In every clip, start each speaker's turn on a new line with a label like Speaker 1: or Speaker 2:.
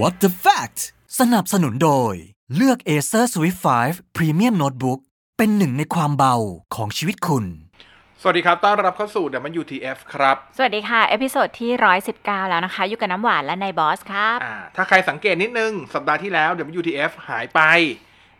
Speaker 1: What the fact สนับสนุนโดย เลือก Acer Swift 5 Premium Notebook เป็นหนึ่งในความเบาของชีวิตคุณ
Speaker 2: สวัสดีครับ ต้อนรับเข้าสู่ WTF ครับ
Speaker 3: สวัสดีค่ะ เอพิโซดที่ 119 แล้วนะคะ อยู่กับน้ำหวานและนายบอสครับ
Speaker 2: อ่า ถ้าใครสังเกตนิดนึง สัปดาห์ที่แล้ว WTF หายไป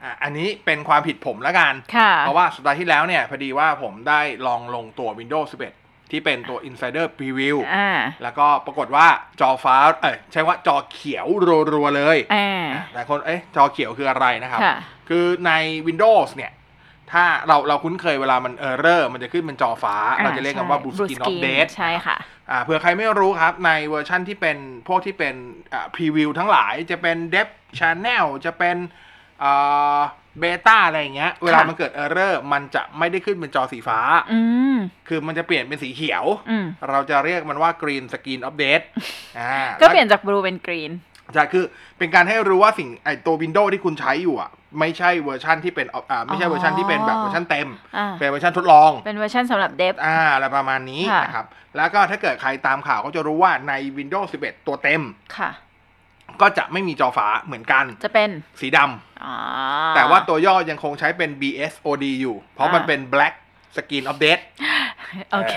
Speaker 2: อ่า อันนี้เป็นความผิดผมละกัน
Speaker 3: ค่ะ
Speaker 2: เพราะว่าสัปดาห์ที่แล้วเนี่ย พอดีว่าผมได้ลองลงตัว Windows 11 ที่เป็นตัว Insider Preview
Speaker 3: อ่า
Speaker 2: แล้วก็ปรากฏว่าจอฟ้า เอ้ยใช่ว่าจอเขียวรัวๆเลย
Speaker 3: อ่า
Speaker 2: อ่าหลายคน เอ๊ะ จอเขียวคืออะไรนะครับ
Speaker 3: ค่ะ
Speaker 2: คือใน Windows เนี่ย ถ้าเราเราคุ้นเคยเวลามันเออร์เรอร์ มันจะขึ้นเป็นจอฟ้า เราจะเรียกกันว่า blue screen update
Speaker 3: ใช่ค่ะ
Speaker 2: อ่าเผื่อใครไม่รู้ครับ ในเวอร์ชั่นที่เป็นพวกที่เป็นอ่าพรีวิวทั้งหลายจะเป็นเดฟชาแนลจะเป็นอ่าเบต้าอะไรอย่างเงี้ยเวลามันเกิดเออร์เรอร์มันจะไม่ได้ขึ้นเป็นจอสีฟ้า
Speaker 3: อืม
Speaker 2: คือมันจะเปลี่ยนเป็นสีเขียว
Speaker 3: อืม
Speaker 2: เราจะเรียกมันว่ากรีนสกรีนอัปเดตอ่า
Speaker 3: ก็เปลี่ยนจากบลูเป็นกรีน
Speaker 2: ใช่คือเป็นการให้รู้ว่าสิ่งไอตัววินโดว์ที่คุณใช้อยู่อ่ะ ไม่ใช่เวอร์ชันที่เป็นอ่าไม่ใช่เวอร์ชันที่เป็นแบบเวอร์ชันเต็ม
Speaker 3: อ่า
Speaker 2: เป็นเวอร์ชันทดลอง
Speaker 3: เป็นเวอร์ชันสำหรับเดฟ
Speaker 2: อ่าอะไรประมาณนี้
Speaker 3: ค่ะ
Speaker 2: นะครับ แล้วก็ถ้าเกิดใครตามข่าวก็จะรู้ว่าใน Windows 11 ตัวเต็ม
Speaker 3: ค่ะ
Speaker 2: ก็จะไม่มีจอฝาเหมือนกัน
Speaker 3: จะเป็น
Speaker 2: สีด
Speaker 3: อ๋อ
Speaker 2: ำ แต่ว่าตัวย่อยังคงใช้เป็น BSOD อยู่ เพราะ
Speaker 3: อ่ามั
Speaker 2: มันเป็น Black Screen Update
Speaker 3: โอเค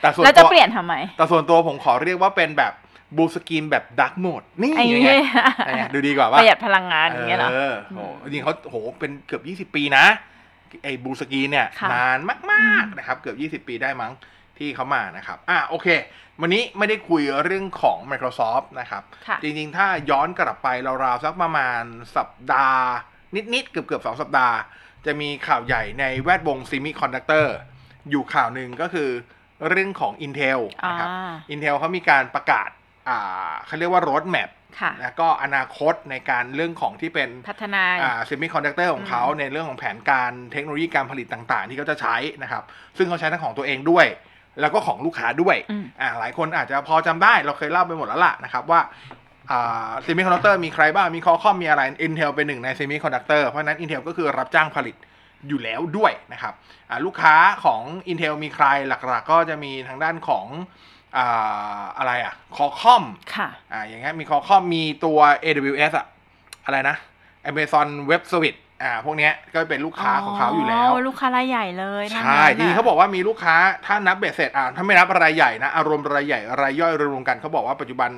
Speaker 2: แต่ส่วน
Speaker 3: แล้ว
Speaker 2: ตั
Speaker 3: จะ
Speaker 2: ว
Speaker 3: เปลี่ยนทำไม
Speaker 2: แต่ส่วนตัวผมขอเรียกว่าเป็นแบบ Blue Screen แบบ Dark Mode นี่
Speaker 3: ไอ้
Speaker 2: ยังไง
Speaker 3: เหี้ย
Speaker 2: ยังไงดูดีกว่า
Speaker 3: ป
Speaker 2: ว่า
Speaker 3: ระหยัดพลังงานอย่างเงี้ยเหรอ
Speaker 2: เออโหจริงเขาโหเป็นเกือบ 20 ปีนะ ไอ้บูสกีเนี่ย
Speaker 3: ค่ะ
Speaker 2: นานมากๆนะครับ เกือบ 20 ปีได้มั้งที่เขามานะครับ อ่ะโอเค วันนี้ไม่ได้คุยเรื่องของ Microsoft นะครับ
Speaker 3: ค่ะ
Speaker 2: จริงๆ ถ้าย้อนกลับไปราวๆสักประมาณสัปดาห์ นิดๆ เกือบๆสองสัปดาห์ จะมีข่าวใหญ่ในแวดวงซิมิคอนดักเตอร์อยู่ข่าวหนึ่งก็คือเรื่องของ Intel
Speaker 3: อ่า
Speaker 2: นะครับ Intel เขามีการประกาศอ่าเขาเรียกว่า roadmap
Speaker 3: ค่ะ
Speaker 2: แล้วก็อนาคตในการเรื่องของที่เป็น
Speaker 3: พัฒนา
Speaker 2: อ่าซิมิคอนดักเตอร์ของเขา
Speaker 3: อืม
Speaker 2: ในเรื่องของแผนการเทคโนโลยีการผลิตต่างๆ ที่เขาจะใช้นะครับ ซึ่งเขาใช้ทั้งของตัวเองด้วย แล้วก็ของลูกค้าด้วย
Speaker 3: อืม
Speaker 2: อ่าหลายคนอาจจะพอจำได้เราเคยเล่าไปหมดแล้วล่ะนะครับว่าอ่าซ e มิคอนดักเตอร์มีใครบ้าง มีคอคอมมีอะไร Intel เป็นหนึ่งในซ e มิคอนดักเตอร์เพราะฉะนั้น Intel ก็คือรับจ้างผลิตอยู่แล้วด้วยนะครับอ่าลูกค้าของ Intel มีใครหลักๆ ก็จะมีทางด้านของอ่าอะไรอ่ะคอคอม
Speaker 3: ค่ะ
Speaker 2: อ่าอย่างเงี้ยมีคอคอมมีตัว AWS อะอะไรนะ Amazon Web Service อ่าพวกเนี้ยก็เป็นลูกค้าของเขาอยู่แล้ว
Speaker 3: ลูกค้ารายใหญ่เลยทั้ง
Speaker 2: ใช่
Speaker 3: นั้น
Speaker 2: ทีนี้
Speaker 3: น่ะ
Speaker 2: เขาบอกว่ามีลูกค้าถ้านับเบ็ดเสร็จอ่ะถ้าไม่นับรายใหญ่นะ อารมณ์รายใหญ่ รายย่อยรวมๆกันเขาบอกว่าปัจจุบัน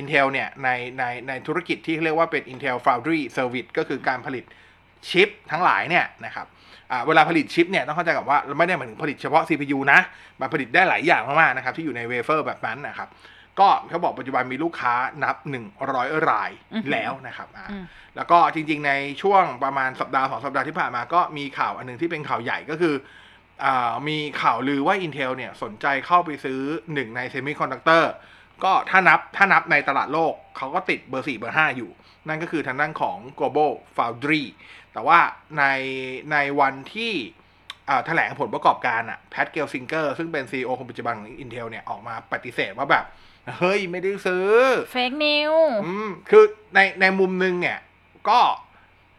Speaker 2: Intel เนี่ย ในในในธุรกิจที่เรียกว่าเป็น Intel Foundry Service ก็คือการผลิตชิปทั้งหลายเนี่ยนะครับอ่าเวลาผลิตชิปเนี่ยต้องเข้าใจกับว่าไม่ได้หมายถึงผลิตเฉพาะ CPU นะ มันผลิตได้หลายอย่างมากๆนะครับที่อยู่ในเวเฟอร์แบบนั้นนะครับ ก็เขาบอกปัจจุบันมีลูกค้านับ 100 รายแล้วนะครับอ่า
Speaker 3: อืม
Speaker 2: แล้วก็จริงๆ ในช่วงประมาณสัปดาห์สองสัปดาห์ที่ผ่านมาก็มีข่าวอันหนึงที่เป็นข่าวใหญ่ก็คืออามีข่าวลือว่า Intel เนี่ยสนใจเข้าไปซื้อหนึ่งในเซมิคอนดักเตอร์ก็ถ้านับถ้านับในตลาดโลกเขาก็ติดเบอร์ 4 เบอร์ 5 อยู่ นั่นก็คือทางด้านของ global foundry แต่ว่าในในวันที่อ่าแถลงผลประกอบการอะแพทเกลซิงเกอร์ซึ่งเป็น CEO คนปัจจุบันของ Intel เนี่ยออกมาปฏิเสธว่าแบบ เฮ้ย ไม่ได้ซื้อ
Speaker 3: เฟกนิว
Speaker 2: อืมคือในในมุมนึงเนี่ย ก็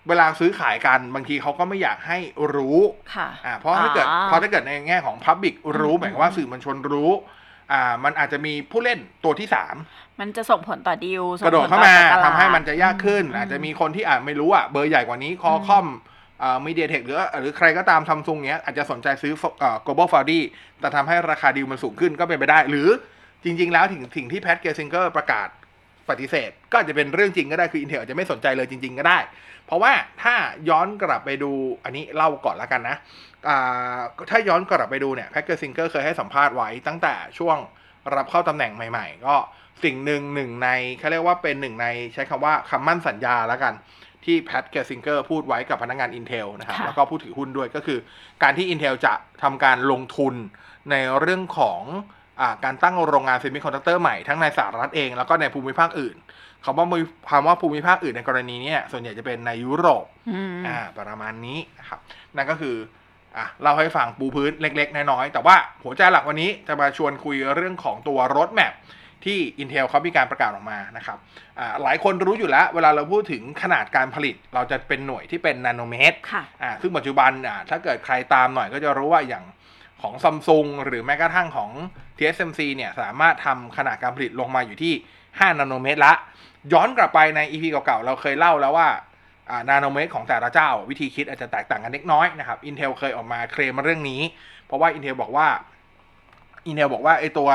Speaker 2: เวลาซื้อขายกันบางทีเขาก็ไม่อยากให้รู้
Speaker 3: ค่ะ
Speaker 2: อ่าเพราะถ้าเกิด
Speaker 3: อ่า
Speaker 2: เพราะถ้าเกิดในแง่ของ Public รู้
Speaker 3: อืม
Speaker 2: หมายความว่าสื่อมวลชนรู้อ่ามันอาจจะมีผู้เล่นตัวที่สาม
Speaker 3: มันจะส่งผลต่อดีลส่
Speaker 2: ก
Speaker 3: ง
Speaker 2: ระโดด
Speaker 3: ผล
Speaker 2: เข้า
Speaker 3: ต่อ
Speaker 2: มา
Speaker 3: ตลด
Speaker 2: ทำให้มันจะยากขึ้น
Speaker 3: ม
Speaker 2: อาจจะมีคนที่อาจไม่รู้อ่ะเบอร์ใหญ่กว่านี้คอคอมอ่ามีเดียเทคหรือหรือใครก็ตามทำซุงเนี้ยอาจจะสนใจซื้อเอ่อ global f o u n d y แต่ทำให้ราคาดีลมันสูงขึ้นก็เป็นไปได้ หรือจริง ๆ แล้วถึงถึงที่แพทเกลซิงเกอร์ประกาศ ปฏิเสธก็อาจจะเป็นเรื่องจริงก็ได้คือ Intel อาจจะไม่สนใจเลยจริง ๆ ก็ได้ เพราะว่าถ้าย้อนกลับไปดูอันนี้เล่าก่อนละกันนะอ่าถ้าย้อนกลับไปดูเนี่ยแพ็กเกอร์ซิงเกอร์เคยให้สัมภาษณ์ไว้ตั้งแต่ช่วงรับเข้าตำแหน่งใหม่ ๆ ก็สิ่งหนึ่งหนึ่งในเขาเรียกว่าเป็นหนึ่งในใช้คำว่าคำมั่นสัญญาละกัน ที่แพทเกอร์ซิงเกอร์พูดไว้กับพนักงาน Intel นะครับ
Speaker 3: ค่ะ
Speaker 2: แล้วก็ผู้ถือหุ้นด้วยก็คือ การที่ Intel จะทำการลงทุนในเรื่องของ อ่าการตั้งโรงงานเซมิคอนดักเตอร์ใหม่ทั้งในสหรัฐเองแล้วก็ในภูมิภาคอื่นคำว่าภูมิคำว่าภูมิภาคอื่นในกรณีเนี้ส่วนใหญ่จะเป็นในยุโรป
Speaker 3: อืม
Speaker 2: อ่าประมาณนี้นะครับนั่นก็คืออ่ะเราให้ฟังปูพื้นเล็ก ๆ น้อยๆแต่ว่าหัวใจหลักวันนี้จะมาชวนคุยเรื่องของตัวรถแมพที่ Intel เขามีการประกาศออกมานะครับอ่าหลายคนรู้อยู่แล้ว เวลาเราพูดถึงขนาดการผลิต เราจะเป็นหน่วยที่เป็นนาโนเมตร
Speaker 3: ค่ะ
Speaker 2: อ่าซึ่งปัจจุบันอ่าถ้าเกิดใครตามหน่อยก็จะรู้ว่าอย่างของซัมซุงหรือแม้กระทั่งของ TSMC เนี่ยสามารถทำขนาดการผลิตลงมาอยู่ที่ 5 นาโนเมตรละ ย้อนกลับไปใน EP เก่าๆ เราเคยเล่าแล้วว่าอ่านาโนเมตรของแต่ละเจ้า วิธีคิดอาจจะแตกต่างกันเล็กน้อยนะครับ Intel เคยออกมาเคลมเรื่องนี้ เพราะว่า Intel บอกว่า Intel บอกว่าไอตัว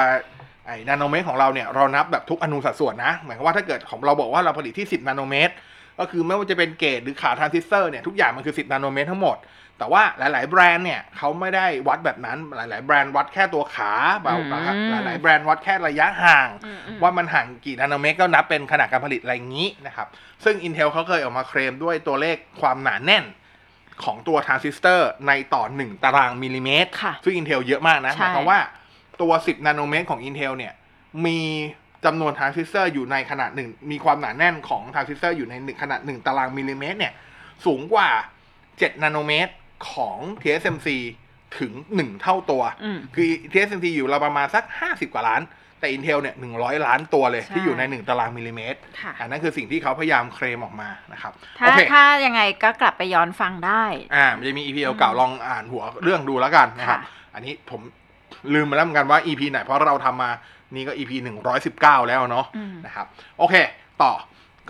Speaker 2: ไอนาโนเมตรของเราเนี่ยเรานับแบบทุกอนุสัดส่วนนะหมายความว่าถ้าเกิดของเราบอกว่าเราผลิตที่ 10 นาโนเมตร ก็คือไม่ว่าจะเป็นเกรดหรือขาทรานซิสเตอร์เนี่ยทุกอย่างมันคือ 10 นาโนเมตรทั้งหมด แต่ว่าหลาย ๆ แบรนด์เนี่ยเขาไม่ได้วัดแบบนั้นหลาย ๆ แบรนด์วัดแค่ตัวขาเบา
Speaker 3: อืม
Speaker 2: หลาย ๆ แบรนด์วัดแค่ระยะห่าง
Speaker 3: อืมอืม
Speaker 2: ว่ามันห่างกี่นาโนเมตรก็นับเป็นขนาดการผลิตอะไรอย่างนี้นะครับ ซึ่ง Intel เขาเคยออกมาเคลมด้วยตัวเลขความหนาแน่นของตัวทรานซิสเตอร์ในต่อ 1 ตารางมิลลิเมตร
Speaker 3: ค่ะ
Speaker 2: ซึ่ง Intel เยอะมากนะห
Speaker 3: ใช่
Speaker 2: มายความว่าตัว 10 นาโนเมตรของ Intel เนี่ย มีจำนวนทรานซิสเตอร์อยู่ในขนาดหนึ่ง มีความหนาแน่นของทรานซิสเตอร์อยู่ในหนึ่งขนาดหนึ่งตารางมิลลิเมตรเนี่ย สูงกว่า 7 นาโนเมตรของ TSMC ถึง 1 เท่าตัว
Speaker 3: อืม
Speaker 2: คือ TSMC อยู่เราวประมาณสัก 50 กว่าล้าน แต่ Intel เนี่ย 100 ล้านตัวเลย
Speaker 3: ใช่
Speaker 2: ที่อยู่ใน 1 ตารางมิลลิเมตร
Speaker 3: ค่ะ
Speaker 2: อันนั้นคือสิ่งที่เขาพยายามเคลมออกมานะครับ
Speaker 3: ถ้า
Speaker 2: โอเค
Speaker 3: ถ้ายังไงก็กลับไปย้อนฟังได้
Speaker 2: อ่ามันจะมี EP
Speaker 3: อืม
Speaker 2: เก่าๆลองอ่านหัวเรื่องดูแล้วกันนะครับ
Speaker 3: ค่ะ
Speaker 2: อันนี้ผมลืมไปแล้วเหมือนกันว่า EP ไหน เพราะเราทำมานี่ก็ EP 119 แล้วเนาะ
Speaker 3: อืม
Speaker 2: นะครับโอเค ต่อ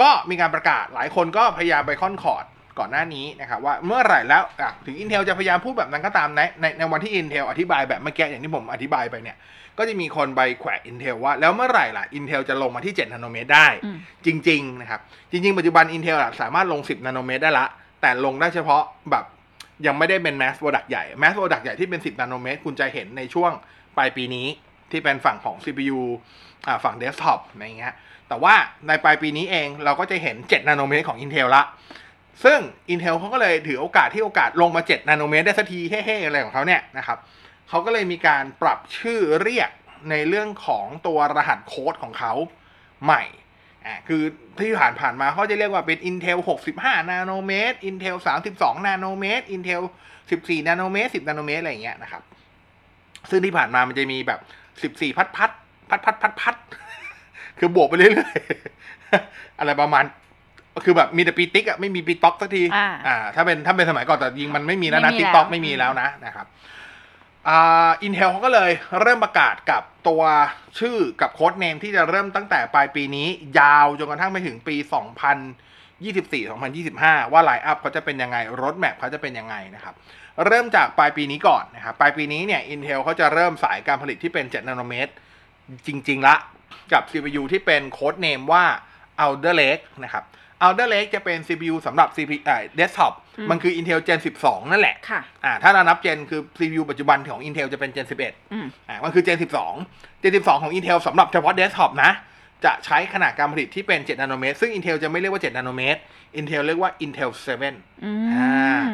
Speaker 2: ก็มีการประกาศหลายคนก็พยายามไปค่อนคอร์ดก่อนหน้านี้นะครับว่าเมื่อไหร่แล้วอ่ะถึง Intel จะพยายามพูดแบบนั้นก็ตามในในในวันที่ Intel อธิบายแบบเมื่อกี้อย่างที่ผมอธิบายไปเนี่ย ก็จะมีคนไปแขวะ Intel ว่า แล้วเมื่อไหร่ล่ะ Intel จะลงมาที่ 7 นาโนเมตรได้
Speaker 3: อืม
Speaker 2: จริง ๆ นะครับ จริง ๆ ปัจจุบัน Intel อะสามารถลง 10 นาโนเมตรได้ละ แต่ลงได้เฉพาะแบบยังไม่ได้เป็น mass product ใหญ่ mass product ใหญ่ที่เป็น 10 นาโนเมตรคุณจะเห็นในช่วงปลายปีนี้ที่เป็นฝั่งของ CPU อ่าฝั่ง desktop อะไรเงี้ย แต่ว่าในปลายปีนี้เองเราก็จะเห็น 7 นาโนเมตรของ Intel ละ ซึ่ง Intel เขาก็เลยถือโอกาสที่โอกาสลงมา 7 นาโนเมตรได้สักทีเฮ้ๆอะไรของเขาเนี่ยนะครับเขาก็เลยมีการปรับชื่อเรียกในเรื่องของตัวรหัสโค้ดของเขาใหม่อ่าคือที่ผ่านผ่านๆมาเขาจะเรียกว่าเป็น Intel 65 นาโนเมตร Intel 32 นาโนเมตร Intel 14 นาโนเมตร 10 นาโนเมตรอะไรอย่างเงี้ยนะครับ ซึ่งที่ผ่านมามันจะมีแบบ 14 พัดพัดพัดพัดพัดพัด คือบวกไปเรื่อยๆ อะไรประมาณ คือแบบมีแต่ปีติ๊กอะไม่มีปีต๊อกสักที
Speaker 3: อ่า
Speaker 2: ถ้าเป็นถ้าเป็นสมัยก่อนแต่ยิงมันไม่มีแล้วนะ
Speaker 3: ไม่มี
Speaker 2: ติ๊กต๊อก
Speaker 3: แล้ว
Speaker 2: ไม่มีแล้วนะนะครับอ่าอินเทลเขาก็เลยเริ่มประกาศกับตัวชื่อกับโค้ดเนมที่จะเริ่มตั้งแต่ปลายปีนี้ ยาวจนกระทั่งไปถึงปี 2024 2025 ว่าไลน์อัพเขาจะเป็นยังไงรถแมพเขาจะเป็นยังไงนะครับ เริ่มจากปลายปีนี้ก่อนนะครับ ปลายปีนี้เนี่ย Intel เขาจะเริ่มสายการผลิตที่เป็น 7 นาโนเมตร จริง ๆ ละ กับ CPU ที่เป็นโค้ดเนมว่า Alder Lake นะครับ Alder Lake จะเป็น CPU สำหรับ CPU เอ่อ desktop
Speaker 3: อืม
Speaker 2: มันคือ Intel Gen 12 นั่นแหละ
Speaker 3: ค่ะ
Speaker 2: อ่า ถ้าเรานับ Gen คือ CPU ปัจจุบันของ Intel จะเป็น Gen 11
Speaker 3: อืม
Speaker 2: อ่ามันคือ Gen 12 Gen 12 ของ Intel สำหรับเฉพาะ desktop นะ จะใช้ขนาดการผลิตที่เป็น 7 นาโนเมตร ซึ่ง Intel จะไม่เรียกว่า 7 นาโนเมตร Intel เรียกว่า Intel 7
Speaker 3: อื
Speaker 2: อ่าม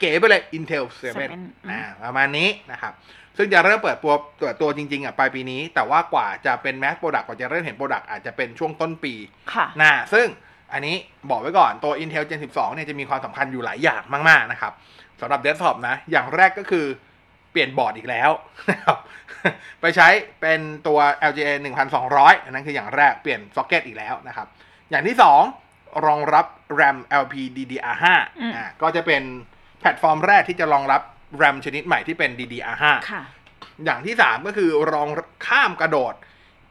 Speaker 2: เก๋ๆไปเลย Intel 7
Speaker 3: อืม
Speaker 2: อ่าประมาณนี้นะครับ ซึ่งจะเริ่มเปิดตัวเปิดตัวจริง ๆ อ่ะปลายปีนี้ แต่ว่ากว่าจะเป็น mass product กว่าจะเริ่มเห็น product อาจจะเป็นช่วงต้นปี
Speaker 3: ค่ะ
Speaker 2: หนะซึ่งอันนี้บอกไว้ก่อนตัว Intel Gen 12 เนี่ยจะมีความสำคัญอยู่หลายอย่างมาก ๆ นะครับสำหรับ desktop นะ อย่างแรกก็คือเปลี่ยนบอร์ดอีกแล้วนะครับ ไปใช้เป็นตัว LGA 1200 อันนั้นคืออย่างแรกเปลี่ยนซ็อกเก็ตอีกแล้วนะครับ อย่างที่สองรองรับ RAM LPDDR5
Speaker 3: อืม
Speaker 2: อ่าก็จะเป็นแพลตฟอร์มแรกที่จะรองรับ RAM ชนิดใหม่ที่เป็น DDR5
Speaker 3: ค่ะ
Speaker 2: อย่างที่ 3 ก็คือรองข้ามกระโดด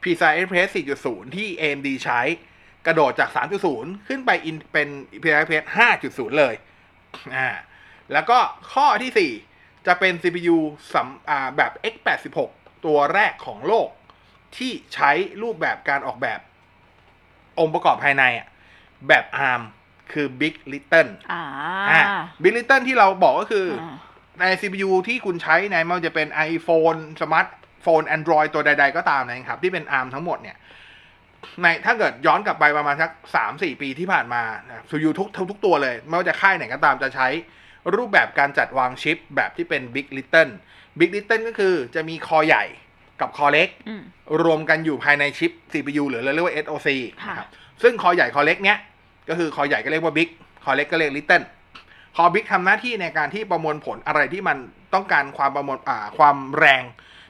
Speaker 2: PCI Express 4.0 ที่ AMD ใช้กระโดดจาก 3.0 ขึ้นไป in- เป็น PCI Express 5.0 เลยอ่าแล้วก็ข้อทีสี่4 จะเป็น CPU สำอ่าแบบ x86 ตัวแรกของโลก ที่ใช้รูปแบบการออกแบบ องค์ประกอบภายในอะแบบ ARM คือ Big Little
Speaker 3: อ่า
Speaker 2: อ่า Big Little ที่เราบอกก็คืออ
Speaker 3: อ่า
Speaker 2: ใน CPU ที่คุณใช้ในไมันจะเป็น iPhone สมาร์ทโฟน Android ตัวใด ๆ ก็ตามนะครับ ที่เป็น ARM ทั้งหมดเนี่ย ในถ้าเกิดย้อนกลับไปประมาณสักสามสี่ปีที่ผ่านมานะครับ CPU ทุกทุกตัวเลย ไม่ว่าจะค่ายไหนก็ตามจะใช้รูปแบบการจัดวางชิปแบบที่เป็น Big Little Big Little ก็คือจะมีคอใหญ่กับคอเล็ก
Speaker 3: อืม
Speaker 2: รวมกันอยู่ภายในชิป CPU หรือเราเรียกว่า SoC
Speaker 3: ค่ะ
Speaker 2: นะครับ ซึ่งคอใหญ่คอเล็กเนี้ย ก็คือคอใหญ่ก็เรียกว่า Big คอเล็กก็เรียก Little คอ Big ทำหน้าที่ในการที่ประมวลผลอะไรที่มันต้องการความประมวลอ่าความแรง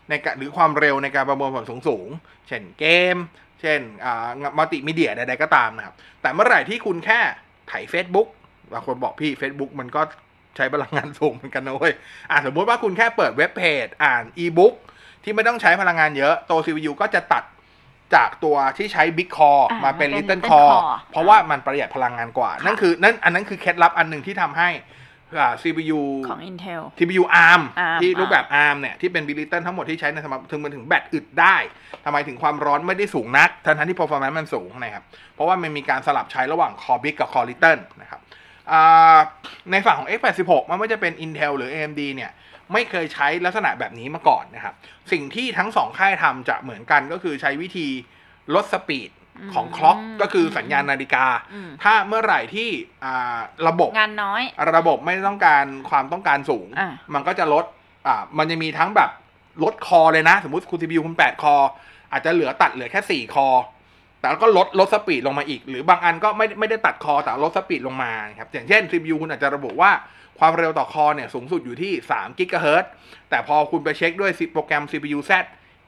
Speaker 2: ในการหรือความเร็วในการประมวลผลสูงสูงๆเช่นเกม เช่นอ่ามัลติมีเดียใดๆก็ตามนะครับ แต่เมื่อไหร่ที่คุณแค่ไถ่าย Facebook บางคนบอกพี่ Facebook มันก็ใช้พลังงานสูงเหมือนกันนะเว้ยอ่าสมมติว่าคุณแค่เปิดเว็บเพจอ่านอีบุ๊ก ที่ไม่ต้องใช้พลังงานเยอะ ตัว CPU ก็จะตัด จากตัวที่ใช้ Big Core
Speaker 3: อ่า
Speaker 2: มาเป็น
Speaker 3: มาเป็น
Speaker 2: Little
Speaker 3: Little
Speaker 2: Core
Speaker 3: Core
Speaker 2: เพราะว่ามันประหยัดพลังงานกว่า นั่นคือนั่นอันนั้นคือเคล็ดลับอันหนึ่งที่ทำให้อ่า CPU
Speaker 3: ของ Intel
Speaker 2: TPU ARM
Speaker 3: ARM
Speaker 2: ที่รูปแบบ ARM เนี่ย ที่เป็นบิลิตันทั้งหมดที่ใช้ในสมองถึงมันถึงแบตอึดได้ทำไมถึงความร้อนไม่ได้สูงนักทั้งๆที่ performance มันสูงนะครับ เพราะว่ามันมีการสลับใช้ระหว่าง Core Big กับ Core Little นะครับอ่าในฝั่งของ x86 มันไม่ว่าจะเป็น Intel หรือ AMD เนี่ย ไม่เคยใช้ลักษณะแบบนี้มาก่อนนะครับ สิ่งที่ทั้งสองค่ายทำจะเหมือนกันก็คือใช้วิธีลดสปีดของ
Speaker 3: อืม
Speaker 2: คล็อกก็คือสัญญาณนาฬิกา
Speaker 3: อืม
Speaker 2: ถ้าเมื่อไหร่ที่อ่าระบบ
Speaker 3: งานน้อย
Speaker 2: ระบบไม่ต้องการความต้องการสูง
Speaker 3: อ่ะ
Speaker 2: มันก็จะลด อ่า มันจะมีทั้งแบบลดคอเลยนะ สมมติคุณ CPU คุณ 8 คอ อาจจะเหลือตัดเหลือแค่ 4 คอ แต่ก็ลดลดสปีดลงมาอีก หรือบางอันก็ไม่ไม่ได้ตัดคอแต่ลดสปีดลงมานะครับ อย่างเช่น CPU คุณอาจจะระบุว่าความเร็วต่อคอเนี่ยสูงสุดอยู่ที่3กิกะเฮิรตซ์แต่พอคุณไปเช็คด้วยโปรแกรม CPU Z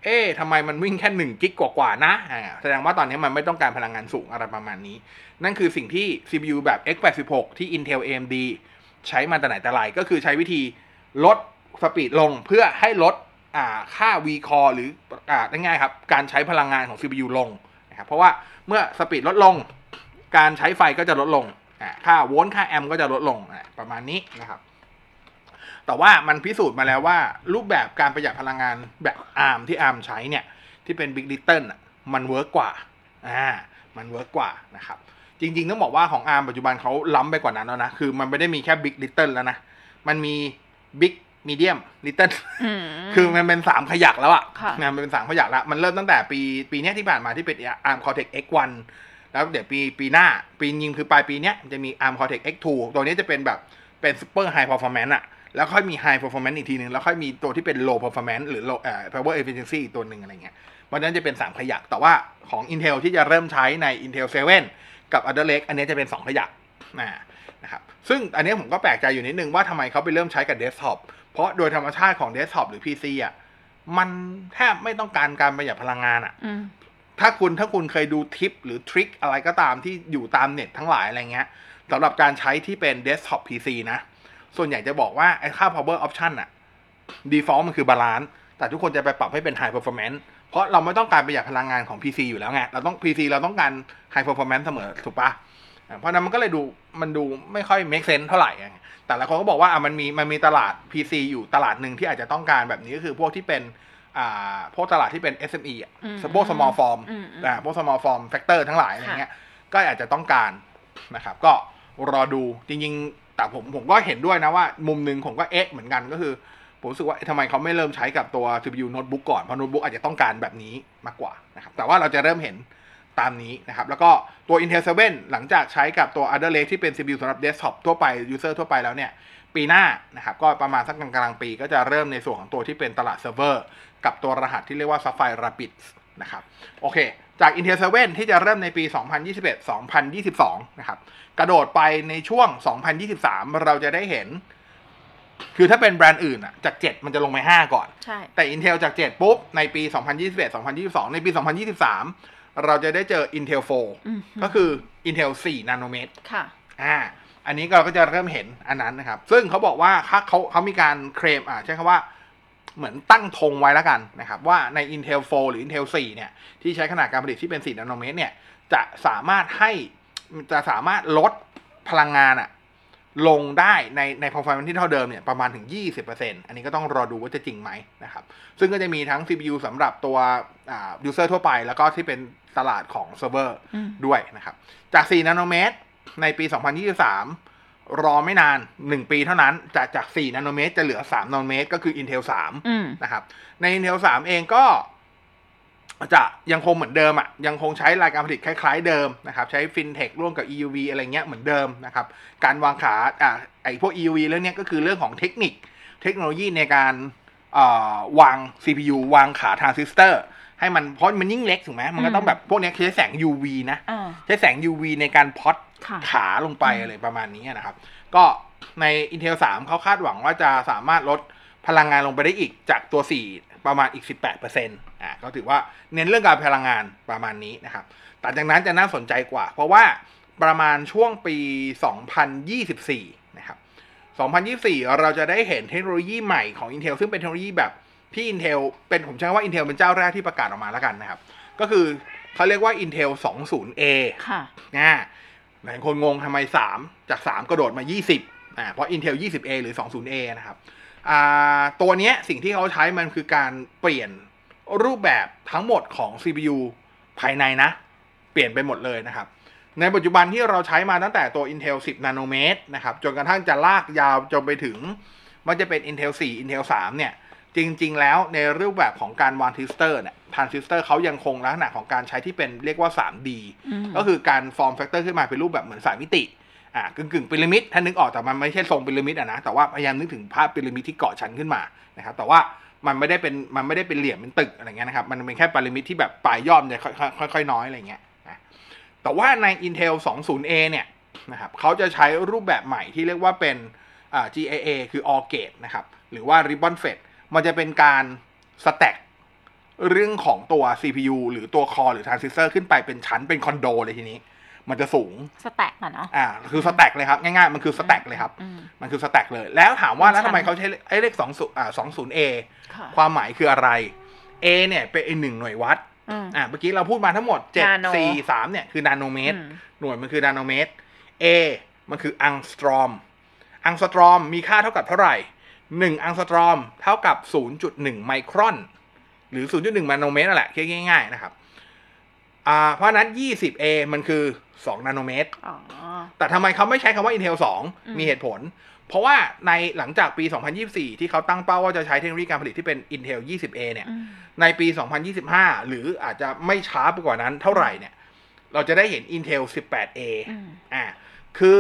Speaker 2: เอ๊ะทำไมมันวิ่งแค่1กิกกว่าๆนะอ่าแสดงว่าตอนนี้มันไม่ต้องการพลังงานสูงอะไรประมาณนี้ นั่นคือสิ่งที่ CPU แบบ x86 ที่ Intel AMD ใช้มาแต่ไหนแต่ไรก็คือใช้วิธีลดสปีดลงเพื่อให้ลดอ่าค่า V core หรืออ่าง่ายๆครับ การใช้พลังงานของ CPU ลงนะครับเพราะว่าเมื่อสปีดลดลง การใช้ไฟก็จะลดลงอ่าค่าโวลต์ค่าแอมป์ก็จะลดลงอ่าประมาณนี้นะครับ แต่ว่ามันพิสูจน์มาแล้วว่า รูปแบบการประหยัดพลังงานแบบ ARM ที่ ARM ใช้เนี่ย ที่เป็น Big Little น่ะมันเวิร์กกว่าอ่ามันเวิร์กกว่านะครับ จริงๆ ต้องบอกว่าของ ARM ปัจจุบันเขาล้ำไปกว่านั้นแล้วนะ คือมันไม่ได้มีแค่ Big Little แล้วนะ มันมี Big Medium Little
Speaker 3: ม
Speaker 2: คือมันเป็นสามขยักแล้วอะ
Speaker 3: ค่ะ
Speaker 2: นะมันเป็นสามขยักแล้ว มันเริ่มตั้งแต่ปีปีเนี้ยที่ผ่านมาที่เป็น ARM Cortex X1 แล้วเดี๋ยวปีปีหน้า ปียิงคือปลายปีเนี้ยจะมี ARM Cortex X2 ตัวนี้จะเป็นแบบเป็น super high performance อะแล้วค่อยมี high performance อีกทีหนึ่งแล้วค่อยมีตัวที่เป็น low performance หรือ low เอ่อ power efficiency อีกตัวหนึ่งอะไรเงี้ยวันนั้นจะเป็น 3 ขยัก แต่ว่าของ Intel ที่จะเริ่มใช้ใน Intel 7 กับ Alder Lake อันเนี้ยจะเป็น 2 ขยักนะนะครับซึ่งอันเนี้ยผมก็แปลกใจอยู่นิดนึงว่าทำไมเขาไปเริ่มใช้กับ desktop เพราะโดยธรรมชาติของ desktop หรือ PC อ่ะมันแทบไม่ต้องการการประหยัดพลังงานอ่ะ
Speaker 3: อืม
Speaker 2: ถ้าคุณถ้าคุณเคยดูทิปหรือทริคอะไรก็ตามที่อยู่ตามเน็ตทั้งหลายอะไรเงี้ยสำหรับการใช้ที่เป็น Desktop PC นะ ส่วนใหญ่จะบอกว่า ไอ้ค่า power option อะ default มันคือบาลานซ์แต่ทุกคนจะไปปรับให้เป็น high performance เพราะเราไม่ต้องการประหยัดพลังงานของ PC อยู่แล้วไง เราต้อง PC เราต้องการ high performance เสมอ ถูกปะอ่ะเพราะฉะนั้นมันก็เลยดูมันดูไม่ค่อย make sense เท่าไหร่ไงแต่ละคนก็บอกว่าอ่ะมันมีมันมีตลาด PC อยู่ตลาดหนึ่งที่อาจจะต้องการแบบนี้ก็คือพวกที่เป็นอ่าพวกตลาดที่เป็น SME อ่ะ
Speaker 3: อืม
Speaker 2: พวก small form
Speaker 3: อืมอืม
Speaker 2: อ่าพวก small form factor ทั้งหลายอะไรเงี้ย ก็อาจจะต้องการนะครับ ก็รอดูจริงๆ แต่ผมผมก็เห็นด้วยนะว่า มุมหนึ่งผมก็เอ๊ะเหมือนกันก็คือ ผมรู้สึกว่าเอ๊ะทำไมเขาไม่เริ่มใช้กับตัว CPU notebook ก่อน เพราะ notebook อาจจะต้องการแบบนี้มากกว่านะครับ แต่ว่าเราจะเริ่มเห็นตามนี้นะครับ แล้วก็ตัว Intel 7 หลังจากใช้กับตัว Alder Lake ที่เป็น CPU สำหรับ desktop ทั่วไป user ทั่วไปแล้วเนี่ย ปีหน้านะครับก็ประมาณสักกลางๆปีก็จะเริ่มในส่วนของตัวที่เป็นตลาดเซิร์ฟเวอร์ กับตัวรหัสที่เรียกว่า Sapphire Rapids นะครับ โอเค จาก Intel 7 ที่จะเริ่มในปี 2021-2022 นะครับ กระโดดไปในช่วง 2023 เราจะได้เห็น คือถ้าเป็นแบรนด์อื่นอะจาก 7 มันจะลงไป 5 ก่อน
Speaker 3: ใช่
Speaker 2: แต่ Intel จาก 7 ปุ๊บ ในปี 2021-2022 ในปี 2023 เราจะได้เจอ Intel
Speaker 3: อืม
Speaker 2: 4 ก็คือ Intel 4 nanometer
Speaker 3: ค่ะ
Speaker 2: อ่า อันนี้เราก็จะเริ่มเห็นอันนั้นนะครับ ซึ่งเขาบอกว่าเขาเขาเขามีการเคลมอ่าใช้คำว่า เหมือนตั้งธงไว้แล้วกันนะครับ ว่าใน Intel 4 หรือ Intel 4 เนี่ย ที่ใช้ขนาดการผลิตที่เป็น 4 นาโนเมตรเนี่ย จะสามารถให้จะสามารถลดพลังงานอะลงได้ในใน performance ที่เท่าเดิมเนี่ย ประมาณถึง 20%อันนี้ก็ต้องรอดูว่าจะจริงไหมนะครับ ซึ่งก็จะมีทั้ง CPU สำหรับตัวอ่า user ทั่วไป แล้วก็ที่เป็นตลาดของเซิร์ฟเวอร์
Speaker 3: อืม
Speaker 2: ด้วยนะครับ จาก 4 นาโนเมตร ในปี 2023 รอไม่นาน 1 ปีเท่านั้น จากจาก 4 นาโนเมตร จะเหลือ 3 นาโนเมตร ก็คือ Intel
Speaker 3: อืม
Speaker 2: 3 นะครับ ใน Intel 3 เองก็จะยังคงเหมือนเดิมอ่ะ ยังคงใช้รายการผลิตคล้ายๆเดิมนะครับ ใช้ FinTech ร่วมกับ EUV อะไรเงี้ยเหมือนเดิมนะครับ การวางขาอ่ะไอพวก EUV เรื่องเนี้ยก็คือเรื่องของเทคนิค เทคโนโลยีในการเอ่อวาง CPU วางขาทรานซิสเตอร์ ให้มันเพราะมันยิ่งเล็กถูกไหมมันก็ต้องแบบพวกเนี้ยใช้แสง UV นะ
Speaker 3: อ่า
Speaker 2: ใช้แสง UV ในการพอด
Speaker 3: ค่ะ
Speaker 2: ขาลงไปอะไรประมาณนี้นะครับ ก็ใน Intel 3 เขาคาดหวังว่าจะสามารถลดพลังงานลงไปได้อีกจากตัว 4 ประมาณอีก 18%อ่าก็ถือว่าเน้นเรื่องการพลังงานประมาณนี้นะครับ แต่จากนั้นจะน่าสนใจกว่า เพราะว่าประมาณช่วงปี 2024 นะครับ 2024 เราจะได้เห็นเทคโนโลยีใหม่ของ Intel ซึ่งเป็นเทคโนโลยีแบบที่ Intel เป็นผมใช้ว่า Intel เป็นเจ้าแรกที่ประกาศออกมาแล้วกันนะครับ ก็คือเขาเรียกว่า Intel 20A
Speaker 3: ค่ะ
Speaker 2: นะหลายคนงงทำไม 3 จาก 3 กระโดดมา 20อ่าเพราะ Intel 20A หรือ 20A นะครับอ่าตัวเนี้ยสิ่งที่เขาใช้มันคือการเปลี่ยนรูปแบบทั้งหมดของ CPU ภายในนะ เปลี่ยนไปหมดเลยนะครับ ในปัจจุบันที่เราใช้มาตั้งแต่ตัว Intel 10 nanometer นะครับจนกระทั่งจะลากยาวจนไปถึง มันจะเป็น Intel 4 Intel 3 เนี่ย จริง ๆ แล้วในรูปแบบของการวางทริสเตอร์เนี่ยทรานซิสเตอร์เขายังคงลักษณะของการใช้ที่เป็นเรียกว่า 3D
Speaker 3: อืม
Speaker 2: ก็คือการฟอร์มแฟกเตอร์ขึ้นมาเป็นรูปแบบเหมือนสามมิติ อ่ากึ่งกึ่งๆพีระมิด ถ้านึกออกแต่มันไม่ใช่ทรงพีระมิดอะนะ แต่ว่าพยายามนึกถึงภาพพีระมิดที่เกาะชั้นขึ้นมา นะครับ แต่ว่ามันไม่ได้เป็น มันไม่ได้เป็นเหลี่ยมเป็นตึกอะไรเงี้ยนะครับ มันเป็นแค่พีระมิดที่แบบปลายยอดเนี่ยค่อยค่อยค่อยๆน้อยอะไรเงี้ยนะแต่ว่าใน Intel 20A เนี่ยนะครับเขาจะใช้รูปแบบใหม่ที่เรียกว่าเป็นอ่า GAA คือ All Gate นะครับ หรือว่า Ribbon Fed มันจะเป็นการ stack เรื่องของตัว CPU หรือตัวคอหรือทรานซิสเตอร์ขึ้นไปเป็นชั้นเป็นคอนโดเลยทีนี้ มันจะสูง
Speaker 3: สแต็กก่อนเนาะ
Speaker 2: อ่า คือสแต็กเลยครับ ง่ายๆ มันคือสแต็กเลยครับ
Speaker 3: อืม
Speaker 2: มันคือสแต็กเลย แล้วถามว่าแล้วทำ
Speaker 3: ชั้น
Speaker 2: ไมเขาใช้ไอ้เลขสองศูนย์อ่าสองศูนย์เอ
Speaker 3: ค่ะ
Speaker 2: ความหมายคืออะไร A เนี่ยเป็นอีกหนึ่งหน่วยวัด
Speaker 3: อืม
Speaker 2: อ่า เมื่อกี้เราพูดมาทั้งหมดเจ็ด
Speaker 3: นาโน
Speaker 2: สี่สามเนี่ย คือนาโนเมตร
Speaker 3: อืม
Speaker 2: หน่วยมันคือนาโนเมตร A มันคืออังสตรอม อังสตรอมมีค่าเท่ากับเท่าไหร่ 1 อังสตรอมเท่ากับ 0.1 ไมครอน หรือ 0.1นาโนเมตรนั่นแหละคิดง่ายๆนะครับ อ่า เพราะฉะนั้น 20A มันคือ 2 นาโนเมตร
Speaker 3: อ๋อ
Speaker 2: แต่ทำไมเขาไม่ใช้คำว่า Intel
Speaker 3: อืม
Speaker 2: 2 มีเหตุผล เพราะว่าในหลังจากปี 2024 ที่เขาตั้งเป้าว่าจะใช้เทคโนโลยีการผลิตที่เป็น Intel 20A เนี่ย
Speaker 3: อืม
Speaker 2: ในปี 2025 หรืออาจจะไม่ช้าไปกว่านั้นเท่าไหร่เนี่ย เราจะได้เห็น Intel 18A
Speaker 3: อืม
Speaker 2: อ่า คือ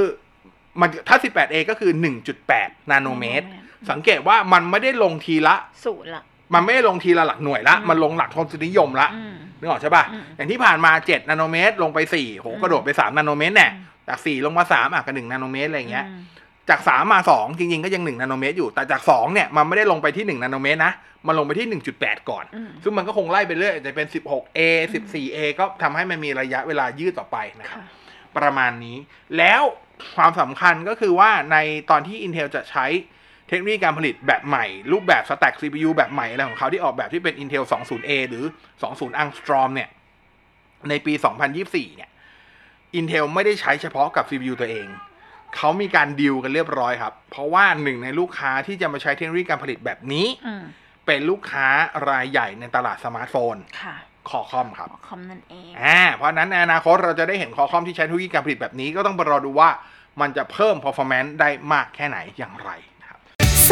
Speaker 2: มันถ้า 18A ก็คือ 1.8 นาโนเมตร
Speaker 3: อืม
Speaker 2: สังเกตว่ามันไม่ได้ลงทีละ
Speaker 3: ศูนย์ละ
Speaker 2: มันไม่ได้ลงทีละหลักหน่วยละ
Speaker 3: อืม
Speaker 2: มันลงหลักทศนิยมละ
Speaker 3: อืม
Speaker 2: นึกออกใช่ป่ะ
Speaker 3: อืม
Speaker 2: อย่างที่ผ่านมา 7 นาโนเมตร ลงไป 4 โห
Speaker 3: อืม
Speaker 2: กระโดดไป 3 นาโนเมตรแน่
Speaker 3: อืม
Speaker 2: จาก 4 ลงมา 3 อ่ะกับ1นาโนเมตรอะไรอย่างเงี้ย
Speaker 3: อืม
Speaker 2: จาก 3 มา 2 จริงๆ ก็ยัง 1 นาโนเมตรอยู่ แต่จาก 2 เนี่ย มันไม่ได้ลงไปที่ 1 นาโนเมตรนะ มันลงไปที่ 1.8 ก่อน
Speaker 3: อืม
Speaker 2: ซึ่งมันก็คงไล่ไปเรื่อยอาจจะเป็น 16A 14A ก็ทำให้มันมีระยะเวลายืดต่อไปนะครับ
Speaker 3: ค่ะ
Speaker 2: ประมาณนี้ แล้วความสำคัญก็คือว่าในตอนที่ Intel จะใช้เทคโนโลยีการผลิตแบบใหม่ รูปแบบ stack CPU แบบใหม่อะไรของเขาที่ออกแบบที่เป็น Intel 20A หรือ 20 Angstrom เนี่ย ในปี 2024 เนี่ย Intel ไม่ได้ใช้เฉพาะกับ CPU ตัวเอง เขามีการดีลกันเรียบร้อยครับ เพราะว่าหนึ่งในลูกค้าที่จะมาใช้เทคโนโลยีการผลิตแบบนี้
Speaker 3: อืม
Speaker 2: เป็นลูกค้ารายใหญ่ในตลาดสมาร์ทโฟน
Speaker 3: ค่ะ
Speaker 2: คอคอมครับ
Speaker 3: คอมนั่นเอง
Speaker 2: อ่า เพราะฉะนั้นในอนาคตเราจะได้เห็นคอคอมที่ใช้เทคโนโลยีการผลิตแบบนี้ก็ต้องไปรอดูว่ามันจะเพิ่ม performance ได้มากแค่ไหนอย่างไรนะครับ
Speaker 4: ส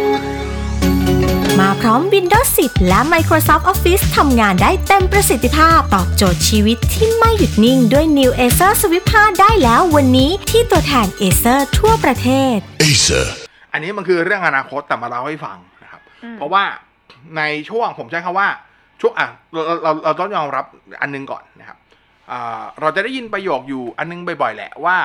Speaker 4: มาพร้อม Windows 10 และ Microsoft Office ทำงานได้เต็มประสิทธิภาพ ตอบโจทย์ชีวิตที่ไม่หยุดนิ่งด้วย New Acer Swift 5 ได้แล้ววันนี้ที่ตัวแทน Acer ทั่วประเทศ
Speaker 5: Acer.
Speaker 2: อันนี้มันคือเรื่องอนาคตแต่มาเล่าให้ฟังนะครับ
Speaker 3: อืม
Speaker 2: เพราะว่าในช่วงผมใช้คำว่าช่วงอ่ะเราเราเราต้องยอมรับอันหนึงก่อนนะครับอ่าเราจะได้ยินประโยคอยู่อันหนึงบ่อยๆแหละว่า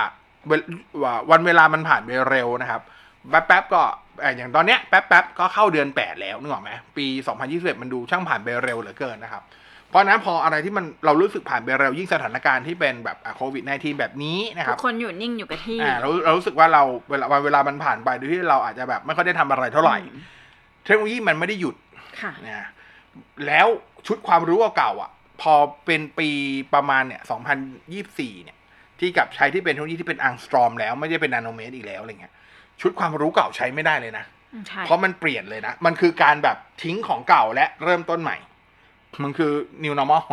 Speaker 2: เวลว่าวันเวลามันผ่านไปเร็วนะครับ แป๊บๆก็เอ่ออย่างตอนเนี้ยแป๊บๆก็เข้าเดือน 8 แล้วนึกออกไหมปี 2021 มันดูช่างผ่านไปเร็วเหลือเกินนะครับ เพราะฉะนั้นพออะไรที่มันเรารู้สึกผ่านไปเร็วยิ่งสถานการณ์ที่เป็นแบบโควิด -19 แบบนี้นะค
Speaker 3: ทุ
Speaker 2: รับ
Speaker 3: กคนอยู่นิ่งอยู่กับที่
Speaker 2: อ่าเราเรารู้สึกว่าเราเวลาวันเวลามันผ่านไปโดยที่เราอาจจะแบบไม่ค่อยได้ทำอะไรเท่าไหร่
Speaker 3: อืม
Speaker 2: เทคโนโลยีมันไม่ได้หยุด
Speaker 3: ค่ะ
Speaker 2: นะแล้วชุดความรู้เก่าๆอ่ะ พอเป็นปีประมาณเนี่ย2024 เนี่ย ที่กลับใช้ที่เป็นเทคโนโลยีที่เป็นอังสตรอมแล้วไม่ได้เป็นนาโนเมตรอีกแล้วอะไรเงี้ยชุดความรู้เก่าใช้ไม่ได้เลยนะ
Speaker 3: ใช่
Speaker 2: เพราะมันเปลี่ยนเลยนะ มันคือการแบบทิ้งของเก่าและเริ่มต้นใหม่ มันคือ new normal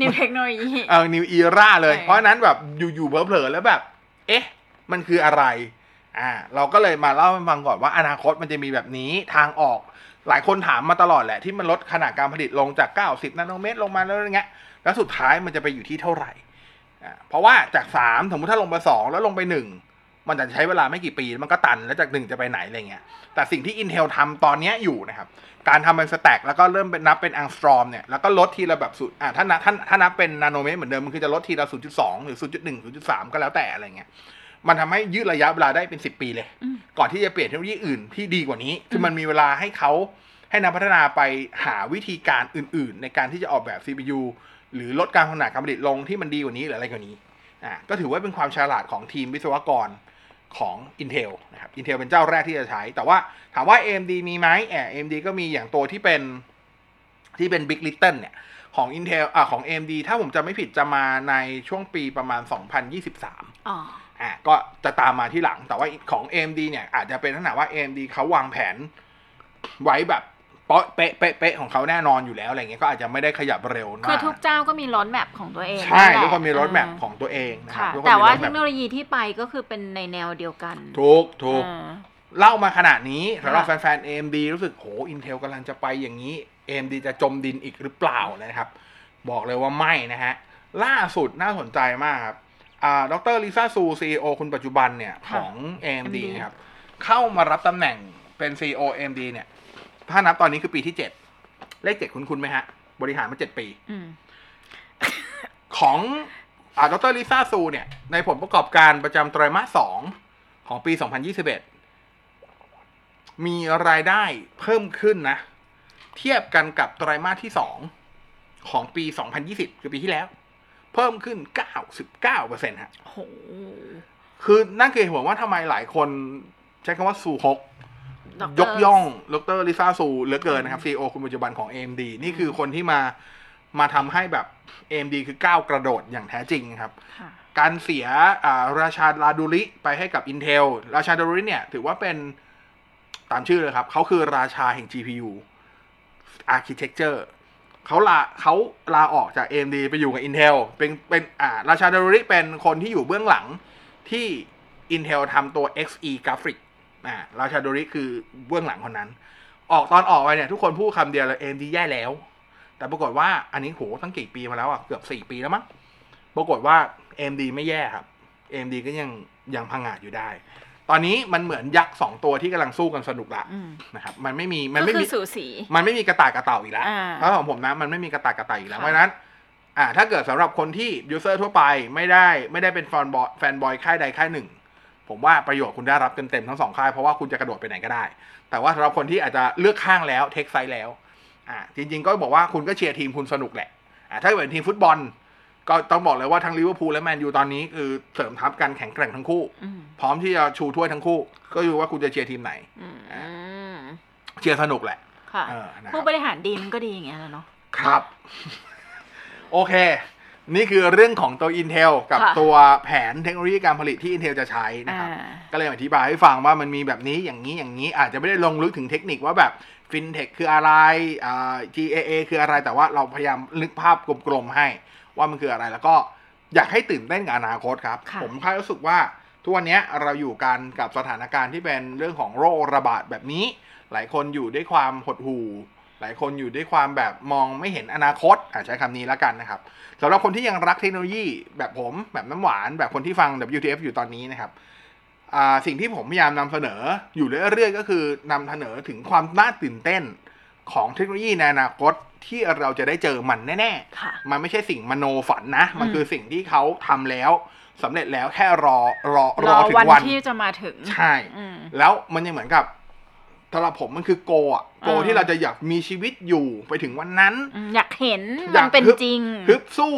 Speaker 3: นิวเทคโนโลยี
Speaker 2: เออ นิวอีราเลย
Speaker 3: ใช่
Speaker 2: เพราะฉะนั้นแบบอยู่ๆเผลอๆแล้วแบบ เอ๊ะ มันคืออะไร อ่า เราก็เลยมาเล่าให้ฟังก่อนว่าอนาคตมันจะมีแบบนี้ทางออก หลายคนถามมาตลอดแหละ ที่มันลดขนาดการผลิตลงจาก 90 นาโนเมตรลงมาแล้วอย่างเงี้ย แล้วสุดท้ายมันจะไปอยู่ที่เท่าไหร่ อ่า เพราะว่าจาก 3 สมมติถ้าลงไป 2 แล้วลงไป 1 มันจะใช้เวลาไม่กี่ปีมันก็ตันแล้วจาก 1 จะไปไหนอะไรเงี้ย แต่สิ่งที่ Intel ทำตอนเนี้ยอยู่นะครับ การทำเป็นสแต็กแล้วก็เริ่มเป็นนับเป็นอังสตรอมเนี่ย แล้วก็ลดทีละแบบสุดอ่ะถ้านับถ้าถ้านับเป็นนาโนเมตรเหมือนเดิม มันคือจะลดทีละ 0.2 หรือ 0.1 0.3 ก็แล้วแต่อะไรเงี้ย มันทำให้ยืดระยะเวลาได้เป็น 10 ปีเลย
Speaker 3: อืม
Speaker 2: ก่อนที่จะเปลี่ยนเทคโนโลยีอื่นที่ดีกว่านี้ คือมันมีเวลาให้เขา ให้นักพัฒนาไปหาวิธีการอื่นๆ ในการที่จะออกแบบ CPU หรือลดการขนาดการผลิตลงที่มันดีกว่านี้หรืออะไรกว่านี้อ่ะก็ถือว่าเป็นความฉลาดของทีมวิศวกรของ Intel นะครับ Intel เป็นเจ้าแรกที่จะใช้ แต่ว่าถามว่า AMD มีไหมแอบ AMD ก็มีอย่างตัวที่เป็นที่เป็น Big Little เนี่ย ของ Intel อ่ะของ AMD ถ้าผมจำไม่ผิดจะมาในช่วงปีประมาณ 2023
Speaker 3: อ๋อ
Speaker 2: อ่ะก็จะตามมาที่หลังแต่ว่าของ AMD เนี่ยอาจจะเป็นลักษณะว่า AMD เขาวางแผนไว้แบบเป๊ะเป๊ะเป๊ะเป๊ะของเขาแน่นอนอยู่แล้วอะไรเงี้ยก็อาจจะไม่ได้ขยับเร็วมา
Speaker 3: คือทุกเจ้าก็มีรถแมพของตัวเอง
Speaker 2: ใช่
Speaker 3: หละ
Speaker 2: ทุกคนมีรถแมพ
Speaker 3: า
Speaker 2: ของตัวเองนะครั
Speaker 3: ค่ะ
Speaker 2: บทุกคนมี
Speaker 3: แต่ว่า
Speaker 2: roadmap
Speaker 3: เทคโนโลยีที่ไปก็คือเป็นในแนวเดียวกัน
Speaker 2: ถูกถูก
Speaker 3: อ่า
Speaker 2: เล่ามาขนาดนี้สำหรับ
Speaker 3: ค่ะ
Speaker 2: แฟนๆ AMD รู้สึกโห Intel กำลังจะไปอย่างนี้ AMD จะจมดินอีกหรือเปล่านะครับ บอกเลยว่าไม่นะฮะ ล่าสุดน่าสนใจมากครับอ่าดรลิซ่าซูซีอคนปัจจุบันเนี่ย
Speaker 3: ค่ะ
Speaker 2: ของ AMD
Speaker 3: AMD
Speaker 2: นะครับ เข้ามารับตำแหน่งเป็น CEO AMD เนี่ย ถ้านับตอนนี้คือปีที่ 7 เลข 7 คุ้นๆไหมฮะ บริหารมา 7 ปี
Speaker 3: อืม
Speaker 2: ของอ่าดรลิซ่าซูเนี่ย ในผลประกอบการประจำไตรมาส 2 ของปี 2021 มีรายได้เพิ่มขึ้นนะ เทียบกันกับไตรมาสที่ 2 ของปี 2020 คือปีที่แล้ว เพิ่มขึ้น 99%ฮะ
Speaker 3: โห
Speaker 2: คือนั่นคือเหตุผลว่าทำไมหลายคนใช้คำว่าซูฮก
Speaker 3: Dr.
Speaker 2: ยกย่องดรลิซ่าซูเหลือเกินนะครับ CEO คนปัจจุบันของ AMD นี่คือคนที่มามาทำให้แบบ AMD คือก้าวกระโดดอย่างแท้จริงครับ
Speaker 3: ค่ะ
Speaker 2: การเสียอ่าราชาลาดูริไปให้กับ Intel ราชาลาดูริเนี่ย ถือว่าเป็นตามชื่อเลยครับ เขาคือราชาแห่ง GPU Architecture เขาลาเขาลาออกจาก AMD ไปอยู่กับ Intel เป็นเป็นอ่าราชาลาดูริเป็นคนที่อยู่เบื้องหลังที่ Intel ทำตัว XE Graphic อ่าราชาลาดูริคือเบื้องหลังคนนั้น ออกตอนออกไปเนี่ย ทุกคนพูดคำเดียวเลย AMD แย่แล้ว แต่ปรากฏว่าอันนี้โหตั้งกี่ปีมาแล้วอ่ะ เกือบ 4 ปีแล้วมั้ง ปรากฏว่า AMD ไม่แย่ครับ AMD ก็ยังยังพังงาดอยู่ได้ ตอนนี้มันเหมือนยักษ์สองตัวที่กำลังสู้กันสนุกละ
Speaker 3: อืม
Speaker 2: นะครับมันไม่มีมัน
Speaker 3: ก็
Speaker 2: ไม่
Speaker 3: คื
Speaker 2: มี
Speaker 3: อสูสี
Speaker 2: มันไม่มีกระต่ายกระเต่าอีกแล้ว
Speaker 3: อ่า
Speaker 2: เพราะของผมนะมันไม่มีกระต่ายกระเต่าอีกแล้ว
Speaker 3: ค่ะ
Speaker 2: เพราะฉะนั้น อ่า ถ้าเกิดสำหรับคนที่ยูเซอร์ทั่วไปไม่ได้ไม่ได้เป็นแฟนบอยแฟนบอยค่ายใดค่ายหนึ่ง ผมว่าประโยชน์คุณได้รับเต็มๆทั้งสองค่ายเพราะว่าคุณจะกระโดดไปไหนก็ได้ แต่ว่าสำหรับคนที่อาจจะเลือกข้างแล้วเทคไซด์แล้ว อ่า จริงๆก็บอกว่าคุณก็เชียร์ทีมคุณสนุกแหละ อ่า ถ้าเป็นทีมฟุตบอล ก็ต้องบอกเลยว่าทั้งลิเวอร์พูลและแมนยูตอนนี้คือเสริมทัพกันแข็งแกร่งทั้งคู่
Speaker 3: อืม
Speaker 2: พร้อมที่จะชูถ้วยทั้งคู่ ก็อยู่ว่าคุณจะเชียร์ทีมไหน
Speaker 3: อืม
Speaker 2: เชียร์สนุกแหละ
Speaker 3: ค่ะ
Speaker 2: เออนะครับ
Speaker 3: ผู้บริหารดีมันก็ดีอย่างเงี้ยแหละเนาะ
Speaker 2: ครับ โอเค นี่คือเรื่องของตัว Intel กับ
Speaker 3: ค่ะ
Speaker 2: ตัวแผนเทคโนโลยีการผลิตที่ Intel จะใช้นะครับ
Speaker 3: อ่า
Speaker 2: ก็เลยอธิบายให้ฟังว่ามันมีแบบนี้อย่างนี้อย่างนี้อาจจะไม่ได้ลงลึกถึงเทคนิคว่าแบบ FinTech คืออะไรอ่า GAA คืออะไรแต่ว่าเราพยายามนึกภาพกลมๆให้ ว่ามันคืออะไรแล้วก็อยากให้ตื่นเต้นกับอนาคตครับ
Speaker 3: ค่ะ
Speaker 2: ผมแค่รู้สึกว่าทุกวันเนี้ยเราอยู่กันกับสถานการณ์ที่เป็นเรื่องของโรคระบาดแบบนี้ หลายคนอยู่ด้วยความหดหู่ หลายคนอยู่ด้วยความแบบมองไม่เห็นอนาคตอ่ะใช้คำนี้แล้วกันนะครับสำหรับคนที่ยังรักเทคโนโลยีแบบผมแบบน้ำหวาน แบบคนที่ฟัง WTF อยู่ตอนนี้นะครับ อ่าสิ่งที่ผมพยายามนำเสนออยู่เรื่อยๆ ก็คือนำเสนอถึงความน่าตื่นเต้นของเทคโนโลยีในอนาคตที่เราจะได้เจอมันแน่
Speaker 3: ค่ะ
Speaker 2: ๆ มันไม่ใช่สิ่งมโนฝันนะ มัน
Speaker 3: อืม
Speaker 2: คือสิ่งที่เขาทำแล้วสำเร็จแล้วแค่รอรอร
Speaker 3: ร
Speaker 2: อ
Speaker 3: อ
Speaker 2: ถึง
Speaker 3: วัน
Speaker 2: วัน
Speaker 3: ที่จะมาถึง
Speaker 2: ใช่
Speaker 3: อืม
Speaker 2: แล้วมันยังเหมือนกับสำหรับผมมันคือโกอะโก
Speaker 3: อ่า
Speaker 2: ที่เราจะอยากมีชีวิตอยู่ไปถึงวันนั้น
Speaker 3: อืมอยากเห็น
Speaker 2: อ
Speaker 3: มั
Speaker 2: ยาน ก
Speaker 3: เป็น
Speaker 2: ฮึบ
Speaker 3: จริง
Speaker 2: ฮึบสู้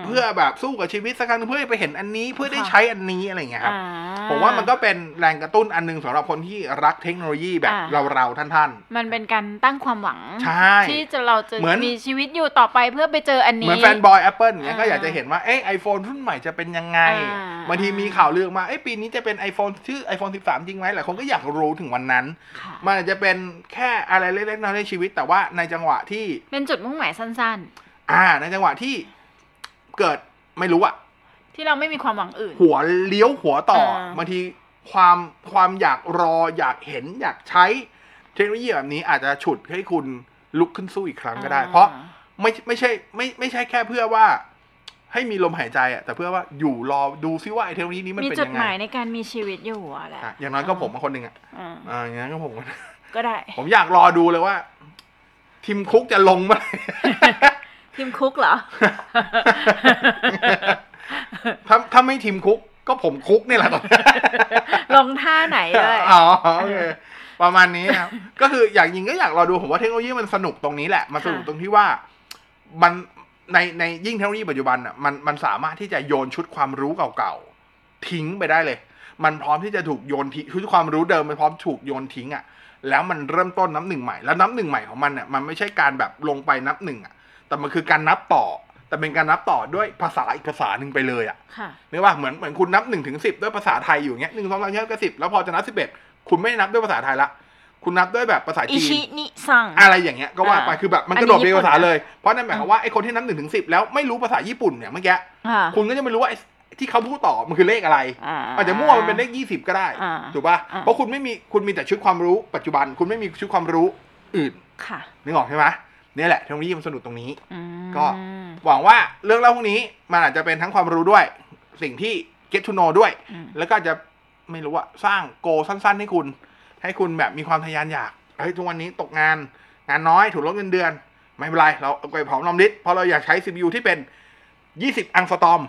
Speaker 3: ม
Speaker 2: เพื่อแบบสู้กับชีวิตสักครั้งหนึ่งเพื่อให้ไปเห็นอันนี้เพื่อได้ใช้อันนี้อะไรอย่างเงี้ยครับ
Speaker 3: อ่า
Speaker 2: ผมว่ามันก็เป็นแรงกระตุ้นอันหนึงสำหรับคนที่รักเทคโนโลยีแบบ
Speaker 3: อ่า
Speaker 2: เราๆท่าน
Speaker 3: มันเป็นการตั้งความหวัง
Speaker 2: ใช่
Speaker 3: ที่จะเราจะ
Speaker 2: เหมือน
Speaker 3: มีชีวิตอยู่ต่อไปเพื่อไปเจออัน
Speaker 2: ๆ
Speaker 3: นี้
Speaker 2: เหมือนแฟนบอย Apple อย่างเงี้ยก็
Speaker 3: อ่า
Speaker 2: อยากจะเห็นว่า เอ๊ะไอโฟนรุ่นใหม่จะเป็นยังไง
Speaker 3: อ่า
Speaker 2: บางทีมีข่าวเรื่องมา เอ๊ะปีนี้จะเป็น iPhone ชื่อ iPhone 13 จริงไหมหลายคนก็อยากรู้ถึงวันนั้น
Speaker 3: ค่ะ
Speaker 2: มันอาจจะเป็นแค่อะไรเล็กๆน้อยๆในชีวิต แต่ว่าในจังหวะที่
Speaker 3: เป็นจุดมุ่งหมายสั้น
Speaker 2: อ่า ในจังหวะที่เกิดไม่รู้อะ
Speaker 3: ๆ ที่เราไม่มีความหวังอื่น
Speaker 2: หัวเลี้ยวหัวต่ออา บางทีความความอยากรออยากเห็นอยากใช้เทคโนโลยีแบบนี้อาจจะฉุดให้คุณลุกขึ้นสู้อีกครั้งก็ได้ เพราะ ไม่ไม่ใช่ไม่ไม่ใช่แค่เพื่อว่า ให้มีลมหายใจอะแต่เพื่อว่าอยู่รอดูซิว่าไอเทคโนโลยีนี้มัน
Speaker 3: มี
Speaker 2: เป็น
Speaker 3: จุด
Speaker 2: ยัง
Speaker 3: ห
Speaker 2: ไง
Speaker 3: มายในการมีชีวิตอยู่อะแหละ
Speaker 2: อ่ะอย่างน้อยก็ผมมาคนหนึ่งอะ
Speaker 3: อืม
Speaker 2: อ่าอย่างนั้นก็ผม
Speaker 3: ก็ได้
Speaker 2: ผมอยากรอดูเลยว่า ทีมคุกจะลงเมื่อไหร่
Speaker 3: ทีมคุกเหรอ
Speaker 2: ถ้าถ้าไม่ทีมคุก ก็ผมคุกนี่แหละตอนนี้
Speaker 3: ลงท่าไหนเลย
Speaker 2: อ๋อโอเค ประมาณนี้ครับ ก็คืออยากยิงก็อยากรอดูผมว่าเทคโนโลยีมันสนุกตรงนี้แหละ มันสนุก
Speaker 3: ค่ะ
Speaker 2: ตรงที่ว่ามันในในยิ่งเทคโนโลยีปัจจุบันอ่ะมันมันสามารถที่จะโยนชุดความรู้เก่าๆ ทิ้งไปได้เลย มันพร้อมที่จะถูกโยนทิ้งชุดความรู้เดิมมันพร้อมถูกโยนทิ้งอ่ะแล้วมันเริ่มต้นนับหนึ่งใหม่แล้วนับหนึ่งใหม่ของมันอ่ะมันไม่ใช่การแบบลงไปนับหนึ่งอ่ะแต่มันคือการนับต่อ แต่เป็นการนับต่อด้วยภาษาอีกภาษาหนึ่งไปเลยอ่ะ
Speaker 3: ค่ะ
Speaker 2: นึกว่าเหมือนเหมือนคุณนับหนึ่งถึงสิบด้วยภาษาไทยอยู่อย่างเงี้ยหนึ่งสองสามสี่ห้าหกเจ็ดสิบแล้วพอจะนับสิบเอ็ดคุณไม่ได้นับด้วยภาษาไทยละ คุณนับด้วยแบบภาษา
Speaker 3: อิ
Speaker 2: จี
Speaker 3: ชิ
Speaker 2: น
Speaker 3: นิซัง
Speaker 2: อะไรอย่างเงี้ยก็ว่าไป
Speaker 3: อ่า
Speaker 2: คือแบบมัน
Speaker 3: อันนี้
Speaker 2: กระโดดไปภาษา
Speaker 3: ญี่ปุ่นนะ
Speaker 2: เลย เพราะนั่นหมายความว่าไอ้คนที่นับหนึ่งถึงสิบแล้วไม่รู้ภาษาญี่ปุ่นเนี่ยเมื่อกี้
Speaker 3: ค่ะ
Speaker 2: คุณก็จะไม่รู้ว่าไอ้ที่เขาพูดต่อมันคือเลขอะไร
Speaker 3: อ่า
Speaker 2: อาจจะมั่วมันเป็นเลขยี่สิบก็ได้
Speaker 3: อ่า
Speaker 2: ถูกป่ะ
Speaker 3: อ่า
Speaker 2: เพราะคุณไม่มีคุณมีแต่ชุดความรู้ปัจจุบันคุณไม่มีชุดความรู้อื่น
Speaker 3: ค่ะ
Speaker 2: นึกออกใช่ไหมเนี่ยแหละเทคโนโลยีมันสนุกตรงนี้
Speaker 3: อืม
Speaker 2: ก็ หวังว่าเรื่องเล่าพวกนี้มันอาจจะเป็นทั้งความรู้ด้วย สิ่งที่ get to know ด้วย
Speaker 3: อืม
Speaker 2: แล้วก็อาจจะไม่รู้ว่าสร้างโกสั้น ๆ ให้คุณ ให้คุณแบบมีความทะยานอยากเฮ้ยทุกวันนี้ตกงาน งานน้อยถูกลดเงินเดือน ไม่เป็นไร เราเอาไปเผาลอมลิดเพราะเราอยากใช้ CPU ที่เป็น 20 อังสตอม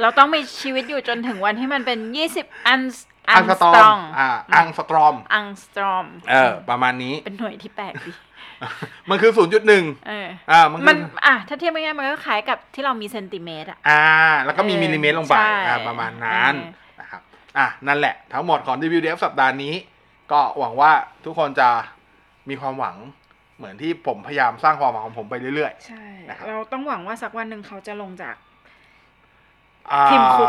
Speaker 3: เราต้องมีชีวิตอยู่จนถึงวันที่มันเป็น 20 อัน
Speaker 2: อังสต อมอ่าอังสตรอม
Speaker 3: อังสตรอม
Speaker 2: เออประมาณนี้
Speaker 3: เป็นหน่วยที่แปดดิ
Speaker 2: มันคือ 0.1
Speaker 3: เออ
Speaker 2: อ่ามัน
Speaker 3: มั
Speaker 2: คื
Speaker 3: น
Speaker 2: อ
Speaker 3: อ่ะถ้าเทียบง่ายๆมันก็คล้ายกับที่เรามีเซนติเมตรอะ
Speaker 2: อ่า แล้วก็มี
Speaker 3: เออ
Speaker 2: มิลลิเมตรลงไป
Speaker 3: ใช่
Speaker 2: อ่าประมาณนั้น
Speaker 3: เออ
Speaker 2: นะครับอ่ะนั่นแหละ ทั้งหมดของ WDF สัปดาห์นี้ ก็หวังว่าทุกคนจะมีความหวังเหมือนที่ผมพยายามสร้างความหวังของผมไปเรื่อย
Speaker 3: ใช่
Speaker 2: นะครับ
Speaker 3: เราต้องหวังว่าสักวันหนึ่งเขาจะลงจาก
Speaker 2: อ่า
Speaker 3: ทีมคุก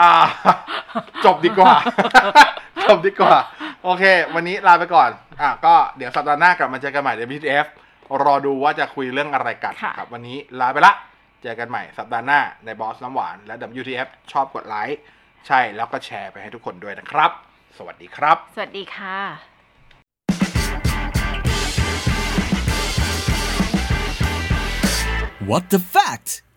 Speaker 2: อ่า จบดีกว่า จบดีกว่า โอเค วันนี้ลาไปก่อน อ่ะก็เดี๋ยวสัปดาห์หน้ากลับมาเจอกันใหม่ใน BTF รอดูว่าจะคุยเรื่องอะไรกัน
Speaker 3: ค่ะ
Speaker 2: ครับ วันนี้ลาไปละ เจอกันใหม่สัปดาห์หน้าในบอสน้ำหวานและ WTF ชอบกดไลค์ใช่แล้วก็แชร์ไปให้ทุกคนด้วยนะครับ สวัสดีครับ
Speaker 3: สวัสดีค่ะ
Speaker 1: What the fact